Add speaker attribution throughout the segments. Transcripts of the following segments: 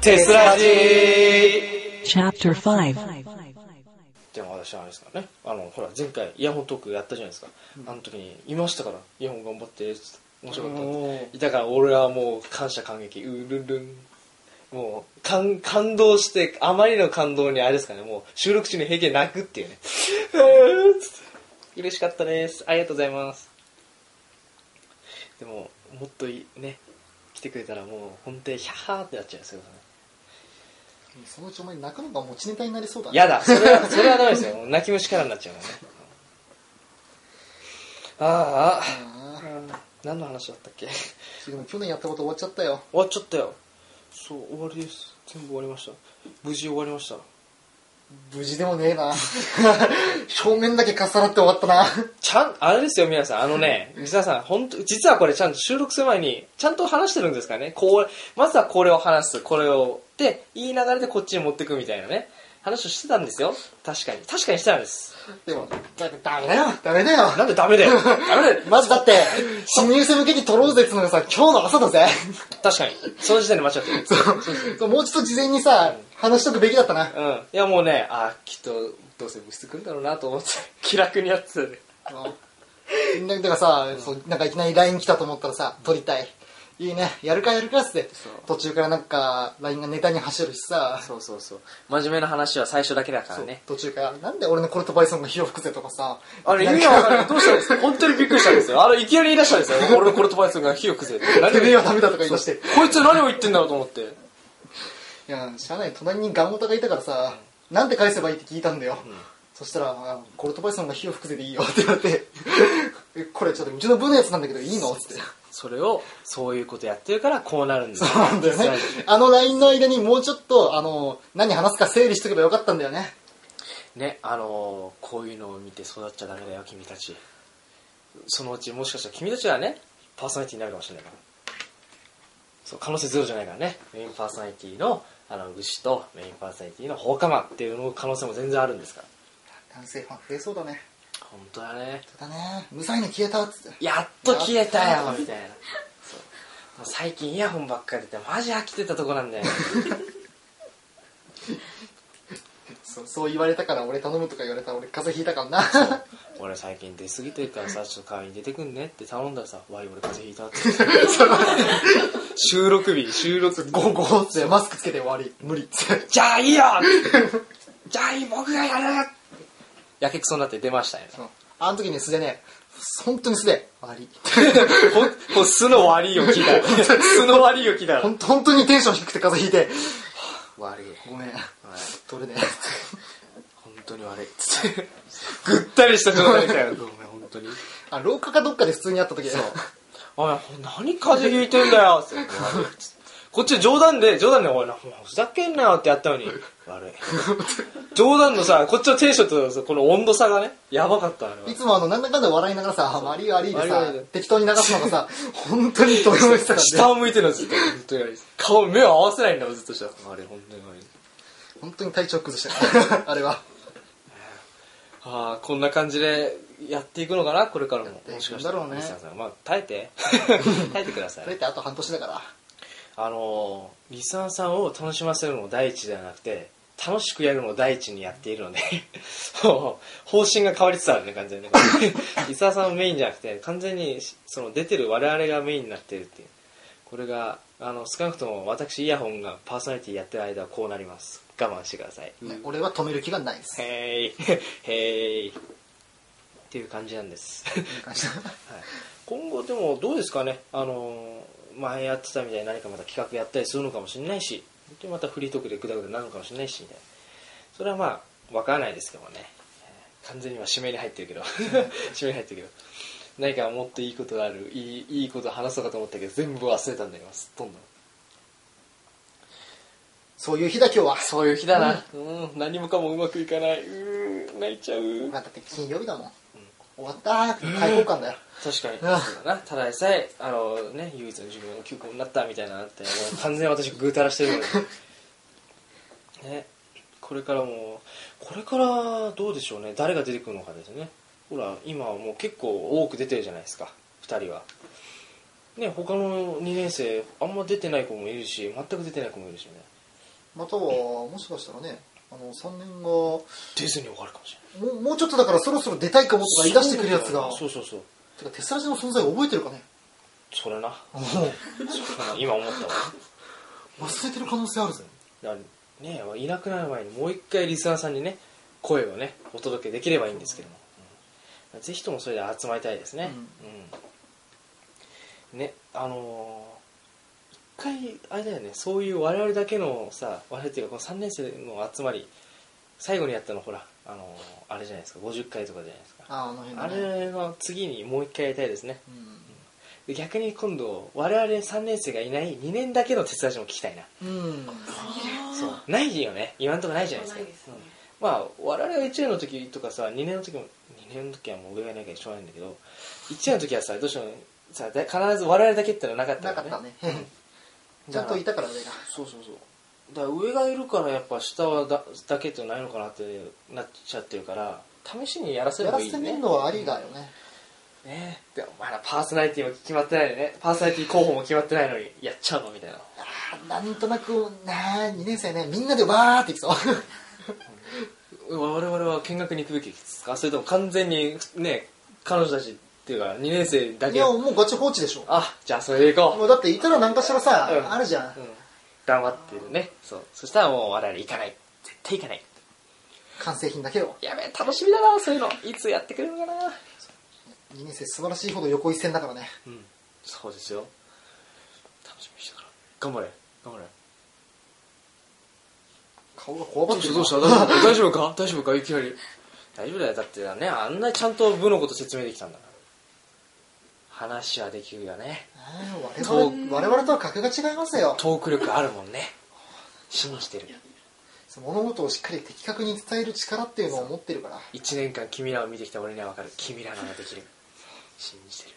Speaker 1: テスラジー
Speaker 2: Chapter 5
Speaker 1: っていうのが私はあれですからねあのほら前回イヤホントークやったじゃないですか、あの時に「いましたからイヤホン頑張って」つって面白かったってだから俺はもう感謝感激うるるんもう感感動してあまりの感動にあれですかねもう収録中に平気で泣くっていうね「 えーつって嬉しかったですありがとうございます」でももっといね来てくれたらもう本当にヒャーってなっちゃうんですけどね
Speaker 3: そのうちお前泣くのが持ちネタになりそうだね
Speaker 1: やだ、それは、それはダメですよ。泣き虫からになっちゃうからね。あ
Speaker 3: あ
Speaker 1: あ
Speaker 3: ー
Speaker 1: ああ、何の話だったっけ終
Speaker 3: でも去年やったこと終わっちゃったよ
Speaker 1: わっちゃったよ。そう、終わりです。全部終わりました。無事終わりました。
Speaker 3: 無事でもねえな表面だけかっさらって終わったな
Speaker 1: ちゃん、あれですよ、皆さん。あのね、皆さん、本当実はこれちゃんと収録する前に、ちゃんと話してるんですからね。こう、まずはこれを話す、これを、で、いい流れでこっちに持ってくみたいなね。話をしてたんですよ。確かに。確かにしてたんです。
Speaker 3: でもだダメだよダメだよ
Speaker 1: なんでダメだよ。ダメだよ。
Speaker 3: まずだって新入生向けに撮ろうぜっつうのがさ今日の朝だぜ
Speaker 1: 確かに。その時点で間違ってる。
Speaker 3: そうもうちょっと事前にさ話しとくべきだったな
Speaker 1: うん。いやもうね、あきっと、どうせ物質来るんだろうなと思って、 気楽にやってたね。
Speaker 3: うんだからさ、そうなんかいきなり LINE 来たと思ったらさ撮りたいいいねやるかやるかっつって
Speaker 1: そう
Speaker 3: 途中からなんか LINE がネタに走るしさ
Speaker 1: そうそうそう。真面目な話は最初だけだからね。
Speaker 3: 途中からなんで俺のコルトバイソンが火を吹くぜとかさ
Speaker 1: あれ意味わかんない。どうしたんですか本当にびっくりしたんですよ。あれいきなり言い出したんですよ。俺のコルトバイソンが火を崩れて。何を
Speaker 3: てめえはダメだとか言い出して
Speaker 1: こいつ何を言ってんだろうと思って。
Speaker 3: いやしゃあない隣にガンオタがいたからさ、なんて返せばいいって聞いたんだよ、そしたらあ「コルトバイソンが火を吹くぜでいいよ」って言われて 「えこれちょっとうちの部のやつなんだけどいいの?」っつって
Speaker 1: それを、そういうことやってるからこうなるんですよ。
Speaker 3: なんだよねあの LINE の間にもうちょっとあの何話すか整理しとけばよかったんだよね
Speaker 1: ね、あのーこういうのを見て育っちゃダメだよ、君たち。そのうちもしかしたら君たちはね、パーソナリティになるかもしれないから。そう、可能性ゼロじゃないからね。メインパーソナリティの、あの、牛とメインパーソナリティの放火魔っていうの可能性も全然あるんですから。
Speaker 3: 男性ファン増えそうだね
Speaker 1: 本当だね。
Speaker 3: だね無才の消えたっつって
Speaker 1: やっと消えたよ、みたいな。そうもう最近イヤホンばっかりでマジ飽きてたとこなんだよね。
Speaker 3: そうそう言われたから俺頼むとか言われたら俺風邪ひいたからな
Speaker 1: 俺最近出過ぎてるからさ、ちょっと代わりに出てくんねって頼んだらさ、わい、俺風邪ひいたって。 収録日、収録日。
Speaker 3: ゴーゴーっつってマスクつけて終わり無理っつって
Speaker 1: じゃあいいよじゃあいい僕がやるやけくそになって出ましたよ、ね。
Speaker 3: そうあの時ね素でね本当に素で終わり
Speaker 1: ほん、ほん、素の悪いを聞いた。素の悪いを聞いた。
Speaker 3: 本当本当にテンション低くて風邪ひいて、
Speaker 1: 悪い。
Speaker 3: ごめん、取れね
Speaker 1: 本当に悪い。つってぐったりした状態みたいな。ごめん、本当に。
Speaker 3: あ、廊下かどっかで普通に会った時だよ。
Speaker 1: おい、何風邪ひいてんだよつって悪いつってこっち冗談で、冗談で、おい、なふざけんなよってやったのに、悪い。冗談のさ、こっちのテンションとさこの温度差がね、やばかったのよ。
Speaker 3: いつもあの、なんだかんだ笑いながらさ、マリーアリーで
Speaker 1: マリー
Speaker 3: さ
Speaker 1: アリーで、
Speaker 3: 適当に流すのがさ、本当に取り戻してたからね。
Speaker 1: 下を向いてるのずっと本当に悪い顔目を合わせないんだよずっとしたあれ本当に悪い
Speaker 3: 本当に体調崩してた。あれは。
Speaker 1: ああこんな感じでやっていくのかなこれからも
Speaker 3: ていくんだろうね
Speaker 1: もしかしたらリスナーさんまあ耐えて 耐えてくださ
Speaker 3: それっ
Speaker 1: い
Speaker 3: てあと半年だから。
Speaker 1: あのーリスナーさんを楽しませるのも第一ではなくて楽しくやるのを第一にやっているので もう方針が変わりつつあるね 完全にリスナーさんメインじゃなくて完全にその出てる我々がメインになってるっていうこれがあの少なくとも私イヤホンがパーソナリティやってる間はこうなります我慢してください、
Speaker 3: ね俺は止める気がないです。
Speaker 1: へーいへーいっていう感じなんです
Speaker 3: 感じだ
Speaker 1: 今後でもどうですかねあのー前やってたみたいに何かまた企画やったりするのかもしれないしでまたフリートークでグダグダになるのかもしれないしみたいなそれはまあわからないですけどもね完全には指名に入って るけど指名に入ってるけど何かもっといいことあるいいいいこと話そうかと思ったけど全部忘れたんだよ今すっとんどん
Speaker 3: そういう日だ今日は。
Speaker 1: そういう日だな、うん何もかもうまくいかないうー泣いちゃう
Speaker 3: まあだって金曜日だもん。終わったーって開放感だよ。
Speaker 1: 確かに
Speaker 3: うん
Speaker 1: そうだなただでさえあのね唯一の自分の休校になったみたいなのあってもう完全に私ぐうたらしてる のにねこれからもこれからどうでしょうね誰が出てくるのかですねほら今はもう結構多く出てるじゃないですか2人はね他の2年生あんま出てない子もいるし全く出てない子もいるしね
Speaker 3: またはもしかしたらねあの3年がも
Speaker 1: ディズニー終わるかもしれないう
Speaker 3: もうちょっとだからそろそろ出たいかもとか言い出してくるやつが
Speaker 1: そうそうそう
Speaker 3: てかテスラジの存在を覚えてるかね
Speaker 1: それな
Speaker 3: もう
Speaker 1: それな今思ったわ
Speaker 3: 忘れてる可能性あるぜ
Speaker 1: だからねいなくなる前にもう一回リスナーさんにね声をねお届けできればいいんですけども、うんぜひともそれで集まりたいですね、うんねあのー一回あれだよねそういう我々だけのさ我々っていうかこの3年生の集まり最後にやったのほらあのーあれじゃないですか50回とかじゃないですか
Speaker 3: ああの辺
Speaker 1: あ
Speaker 3: だね
Speaker 1: れは次にもう一回やりたいですね
Speaker 3: う
Speaker 1: で
Speaker 3: ん
Speaker 1: 逆に今度我々3年生がいない2年だけの手伝いも聞きたいな
Speaker 3: うん
Speaker 1: そうないよね今んとこないじゃないですか
Speaker 2: ないですね
Speaker 1: うんまあ我々が1年の時とかさ2年の時も2年の時はもう上がいないからしょうがないんだけど1年の時はさどうしてもさだ必ず我々だけってのはなかった
Speaker 3: な
Speaker 1: か
Speaker 3: からったね
Speaker 1: うん
Speaker 3: ちゃんといたから上が
Speaker 1: そうそうそうだから上がいるからやっぱ下はだだけってないのかなってなっちゃってるから試しにやらせれ
Speaker 3: や
Speaker 1: ば
Speaker 3: ら
Speaker 1: いい
Speaker 3: せて
Speaker 1: ね
Speaker 3: みるのはありだよね
Speaker 1: ねでもまだパーソナリティも決まってないのにねパーソナリティ候補も決まってないのにやっちゃうのみたいな
Speaker 3: なんとなくなあ2年生ねみんなでわーっていきそう
Speaker 1: 我々は見学に行くべきですかそれとも完全にね彼女たちっていうか2年生だ
Speaker 3: い
Speaker 1: け
Speaker 3: やもうガチ放置でしょ
Speaker 1: あじゃあそれで行こ
Speaker 3: もうだっていたら何かしらさ、
Speaker 1: うん
Speaker 3: あるじゃん
Speaker 1: う、うん、黙ってるねそうそしたらもう我々行かない絶対行かない
Speaker 3: 完成品だけを
Speaker 1: やべえ楽しみだなそういうのいつやってくれるのかな
Speaker 3: 2年生素晴らしいほど横一線だからね
Speaker 1: うんそうですよ楽しみにしてから頑張れ頑張れ
Speaker 3: 顔がこわばってるな
Speaker 1: 大丈 夫大丈夫か大丈夫かいきなり大丈夫だよだってねあんなにちゃんと部のこと説明できたんだから話はできるよね
Speaker 3: ああ我々我々とは格が違いますよ
Speaker 1: トーク力あるもん ね信じてる
Speaker 3: 物事をしっかり的確に伝える力っていうのを持ってるから
Speaker 1: 1年間君らを見てきた俺には分かる君らならできる信じてる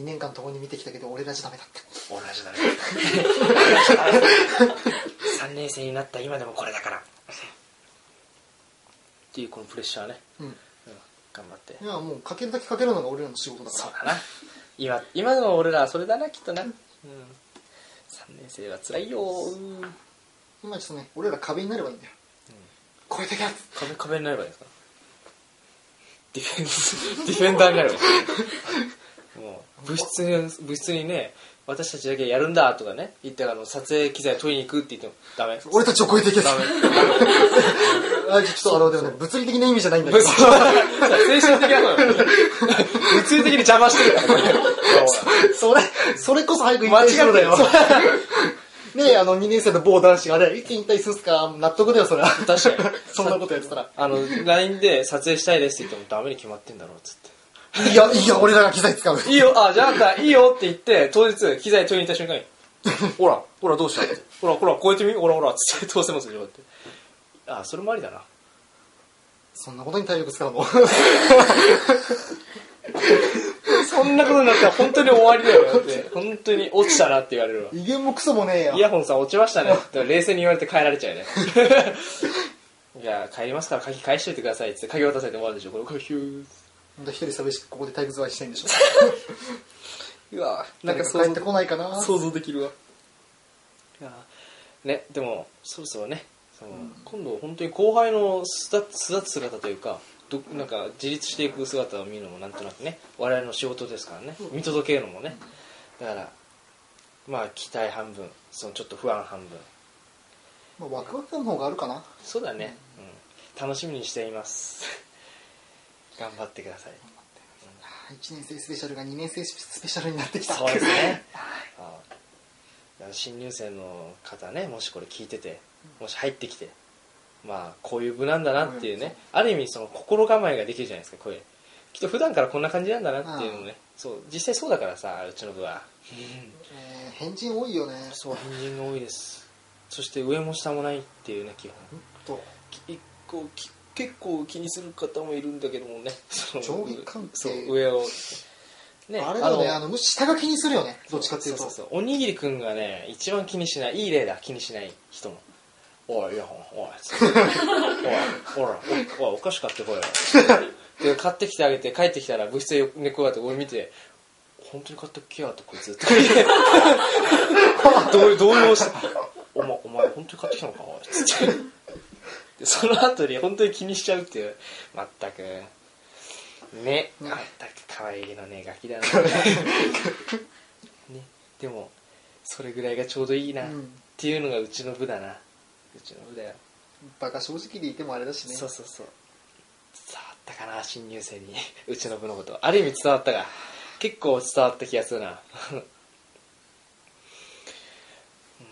Speaker 3: 2年間共に見てきたけど俺らじゃダメだった
Speaker 1: 同じだね 3年生になった今でもこれだからっていうこのプレッシャーね、
Speaker 3: うん
Speaker 1: うん頑張って
Speaker 3: いやもうかけるだけかけるのが俺らの仕事だか
Speaker 1: そ
Speaker 3: ら
Speaker 1: うだな今今の俺らはそれだなきっとな、うん、3年生は辛いようん
Speaker 3: 今ちょっとね俺ら壁になればいいんだよ、これだけやつ
Speaker 1: 壁壁になればいいですかディフェンス ディフェンダーになればいいですもう部室に部室にね私たちだけやるんだとかね言ったらあの撮影機材取りに行くって言ってもダメ
Speaker 3: 俺たちを超えていけ
Speaker 1: ダ
Speaker 3: た
Speaker 1: メ
Speaker 3: あちょっとあのでもね物理的な意味じゃないんだけ
Speaker 1: そう
Speaker 3: ど
Speaker 1: 精神的なもの物理的に邪魔してるからこれ
Speaker 3: それそれこそ早く引
Speaker 1: 間
Speaker 3: 退
Speaker 1: 違っ
Speaker 3: してろ
Speaker 1: る
Speaker 3: だ
Speaker 1: よ
Speaker 3: よねえあの2年生の某男子がねいつ引退するっすか納得だよそれは
Speaker 1: 確かに
Speaker 3: そんなことやってたら
Speaker 1: あの LINE で撮影したいですって言ってもダメに決まってんだろうっつって
Speaker 3: いやいや俺らが機材使う
Speaker 1: いいよ、あ、じゃああんた、いいよって言って、当日、機材取りに行った瞬間に、ほら、ほら、どうしたって。ほら、ほら、超えてみほら、ほら、つって通せますよ、って。 あ、それもありだな。
Speaker 3: そんなことに体力使うの
Speaker 1: そんなことになったら本当に終わりだよ、だって。本当に落ちたなって言われるわ。
Speaker 3: 威厳もクソもねえよ
Speaker 1: イヤホンさん落ちましたね。って冷静に言われて帰られちゃうね。 いや、帰りますから鍵返しといてくださいっつって鍵渡されて終わるでしょ。これ、これヒュー。
Speaker 3: ほんと一人寂しくここで体育座りしてんでしょ
Speaker 1: うわ
Speaker 3: なんか帰ってこないかな
Speaker 1: 想像できるわいやーねでもそろそろねその、今度本当に後輩の巣立つ巣立つ姿というかどなんか自立していく姿を見るのもなんとなくね我々の仕事ですからね見届けるのもねだからまあ期待半分そのちょっと不安半分
Speaker 3: まあワクワク感の方があるかな
Speaker 1: そうだね、うん、楽しみにしています 頑張ってください
Speaker 3: 1年生スペシャルが2年生スペシャルになってき た
Speaker 1: そうですね。ああ新入生の方ね、もしこれ聞いてて、もし入ってきて、まあ、こういう部なんだなっていうね、ある意味、その心構えができるじゃないですか、これ。きっと普段からこんな感じなんだなっていうのね、そう、実際そうだからさ、うちの部は。
Speaker 3: えー変人多いよね
Speaker 1: そう、変人が多いです。そして上も下もないっていうね、基本。
Speaker 3: と
Speaker 1: きこうき結構気にする方もいるんだけどもね、その
Speaker 3: 上下関係
Speaker 1: そう、上を。ね
Speaker 3: あれだよね
Speaker 1: の
Speaker 3: あのむし下が気にするよねどっちかっていう
Speaker 1: そ
Speaker 3: と
Speaker 1: うそうそうおにぎりくんがね一番気にしないいい例だ気にしない人のおいイヤホンおいつっておいおらおおいお菓子買ってこいよで買ってきてあげて帰ってきたら部室で寝転がって俺見て本当に買ってきやがったこいつって動揺動揺してお前お前前本当に買ってきたのかおい」つってでその後に本当に気にしちゃうっていうまったくね
Speaker 3: ね
Speaker 1: まったく可愛げのねガキだなねでもそれぐらいがちょうどいいな、っ
Speaker 3: うん
Speaker 1: ていうのがうちの部だなうちの部だよ
Speaker 3: バカ正直でいてもあれだしね
Speaker 1: そうそうそう伝わったかな新入生に うちの部のことある意味伝わったか結構伝わった気がするな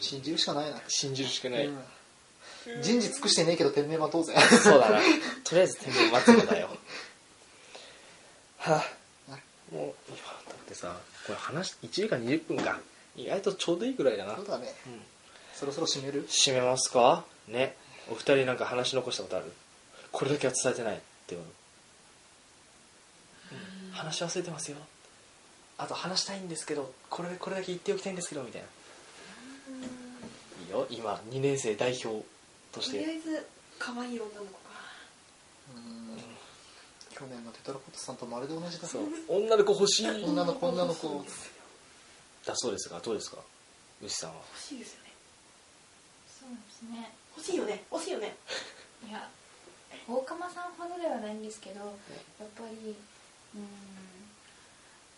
Speaker 3: 信じるしかないな、
Speaker 1: 信じるしかない、
Speaker 3: うん人事尽くしてねえけど天命待とうぜ
Speaker 1: そうだなとりあえず天秤待つのだよはあもう今だってさこれ話1時間20分か意外とちょうどいいぐらいだな、う
Speaker 3: そ
Speaker 1: ん
Speaker 3: う、だねそろそろ締める
Speaker 1: 締めますかねお二人なんか話し残したことあるこれだけは伝えてないっていうの、うん、話忘れてますよあと話したいんですけどこれこれだけ言っておきたいんですけどみたいないいよ今2年生代表とし
Speaker 2: とりあ
Speaker 1: て
Speaker 2: えず可愛い女の子か
Speaker 3: うん去年のテトラポットさんとまるで同じだ
Speaker 1: そう女の子欲しい
Speaker 3: 女の子女の子
Speaker 1: だそうですがどうですか牛さんは
Speaker 2: 欲しいですよね
Speaker 4: そうですね
Speaker 2: 欲しいよね欲しいよね
Speaker 4: いや大釜さんほどではないんですけどやっぱりうーん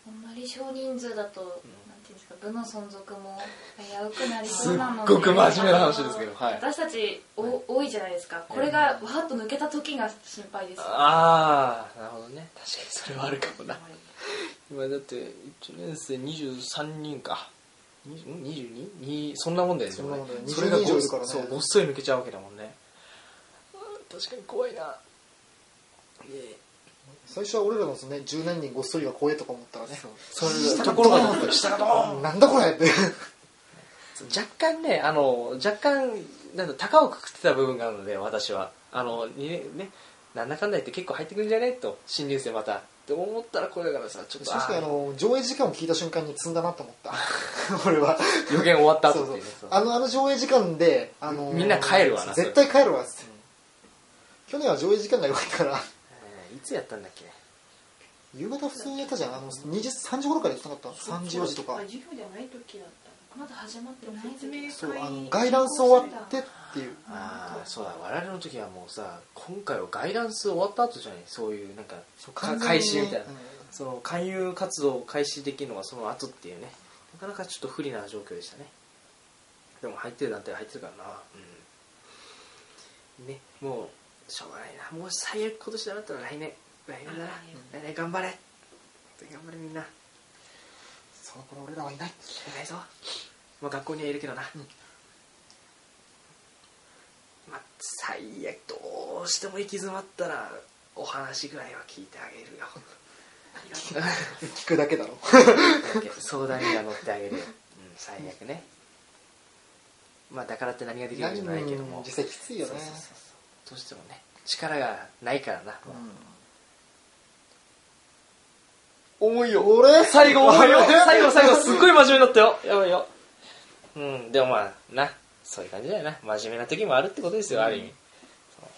Speaker 4: あんまり少人数だと、なんていうんですか部の存続も危うくなりそうなのです
Speaker 1: っごく真面目な話ですけどはい
Speaker 4: 私たち
Speaker 1: はい
Speaker 4: お多いじゃないですかこれがわーっと抜けた時が心配です
Speaker 1: ああなるほどね確かにそれはあるかもな今だって1年生23人か 22? そんなもんだよね
Speaker 3: そんなもんだよ
Speaker 1: でもねそれが
Speaker 3: 20人
Speaker 1: ご
Speaker 3: 以上いるからね
Speaker 1: そうごっそり抜けちゃうわけだもんねうん確かに怖いなで
Speaker 3: 最初は俺らのそのね十何人ごっそりが怖えとか思ったらね
Speaker 1: それところが下がドーン
Speaker 3: なんだこれって
Speaker 1: 若干ねあの若干なんだ高をくくってた部分があるので私はあのにねなんだかんだ言って結構入ってくるんじゃねと新入生またって思ったらこれだからさちょっと
Speaker 3: 確かにあ
Speaker 1: あ
Speaker 3: の上映時間を聞いた瞬間に積んだなと思った 俺は
Speaker 1: ー予言終わった
Speaker 3: そ
Speaker 1: 後
Speaker 3: う
Speaker 1: ってい
Speaker 3: そう
Speaker 1: うねそう
Speaker 3: あのあの上映時間で、あの
Speaker 1: みんな帰るわな
Speaker 3: 絶対帰るわっつって去年は上映時間が良かったから
Speaker 1: えーいつやったんだっけ
Speaker 3: 夕方普通にやったじゃんあの20 3時頃からやってなかった3時4時とか
Speaker 2: あ授業じゃない時だった
Speaker 4: まだ始まってない
Speaker 2: 説明会
Speaker 3: そうあのガイダンス終わってっていう
Speaker 1: ああそうだ我々の時はもうさ今回はガイダンス終わった後じゃないそういうなんかか開始みたいな、
Speaker 3: うん
Speaker 1: その勧誘活動を開始できるのはその後っていうねなかなかちょっと不利な状況でしたねでも入ってる団体は入ってるからなうんねもうしょうがないなもう最悪今年だったら来年来年だな来年頑張れ頑張れみんな
Speaker 3: その頃俺らはいない
Speaker 1: 偉いぞまあ学校にはいるけどな、
Speaker 3: うん
Speaker 1: まあ最悪どうしても行き詰まったらお話ぐらいは聞いてあげるよ
Speaker 3: 聞くだけだろ
Speaker 1: 相談には乗ってあげるよ、うん、最悪ねまあだからって何ができるわけじゃないけども
Speaker 3: 実際きついよね
Speaker 1: そうそうそうそうどうしてもね力がないからな、
Speaker 3: 重いよ俺
Speaker 1: 最後重いよ 最後最後すっ
Speaker 3: す
Speaker 1: ごい真面目だったよやばいようんでもまあなそういう感じだよな真面目な時もあるってことですよ、ある意味そう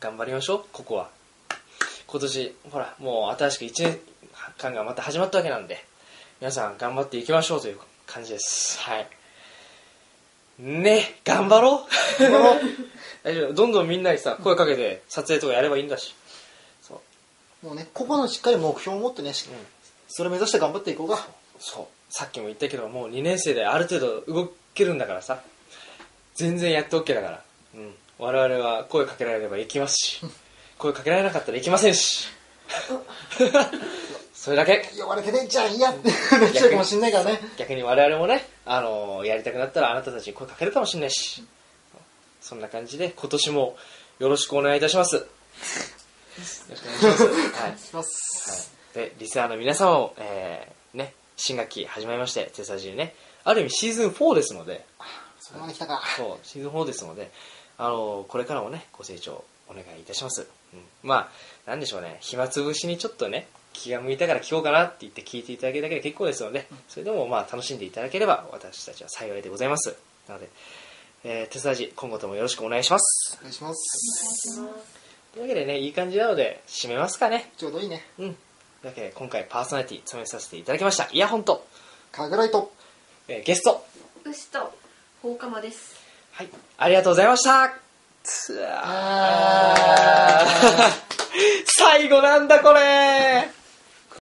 Speaker 1: 頑張りましょうここは今年ほらもう新しく1年間がまた始まったわけなんで皆さん頑張っていきましょうという感じですはいね頑張ろう 大丈夫どんどんみんなにさ声かけて撮影とかやればいいんだしそう
Speaker 3: もうね個々のしっかり目標を持ってね、し
Speaker 1: うん
Speaker 3: それ目指して頑張っていこうか
Speaker 1: そうさっきも言ったけどもう2年生である程度動けるんだからさ全然やって OK だから、うん、我々は声かけられれば行きますし声かけられなかったら行きませんしそれだけ
Speaker 3: 呼ばれてねえじゃんい やってなっちゃうかもしんないからね
Speaker 1: 逆に我々もね、あのーやりたくなったらあなたたちに声かけるかもしれないしそんな感じで今年もよろしくお願いいたしますよろしくお願いします、はい
Speaker 3: します
Speaker 1: はい、でリスナーの皆様も、えーね、新学期始まりまして手差しねある意味シーズン4ですので
Speaker 3: そこまで来たか
Speaker 1: そうシーズン4ですのであのこれからもねご清聴お願いいたします、うん、まあなんでしょうね暇つぶしにちょっとね気が向いたから聞こうかなって言って聞いていただけるだけで結構ですのでそれでもまあ楽しんでいただければ私たちは幸いでございますなので、えー、手差し今後ともよろしくお願いします
Speaker 3: お願いします
Speaker 1: というわけでねいい感じなので締めますかね
Speaker 3: ちょうどいいね
Speaker 1: うん。というわけで、今回パーソナリティ務めさせていただきました。イヤホンと、
Speaker 3: カグライト
Speaker 1: えーゲスト、
Speaker 4: 牛と
Speaker 2: 放課間です
Speaker 1: はい、ありがとうございましたつあー
Speaker 3: あー
Speaker 1: 最後なんだこれ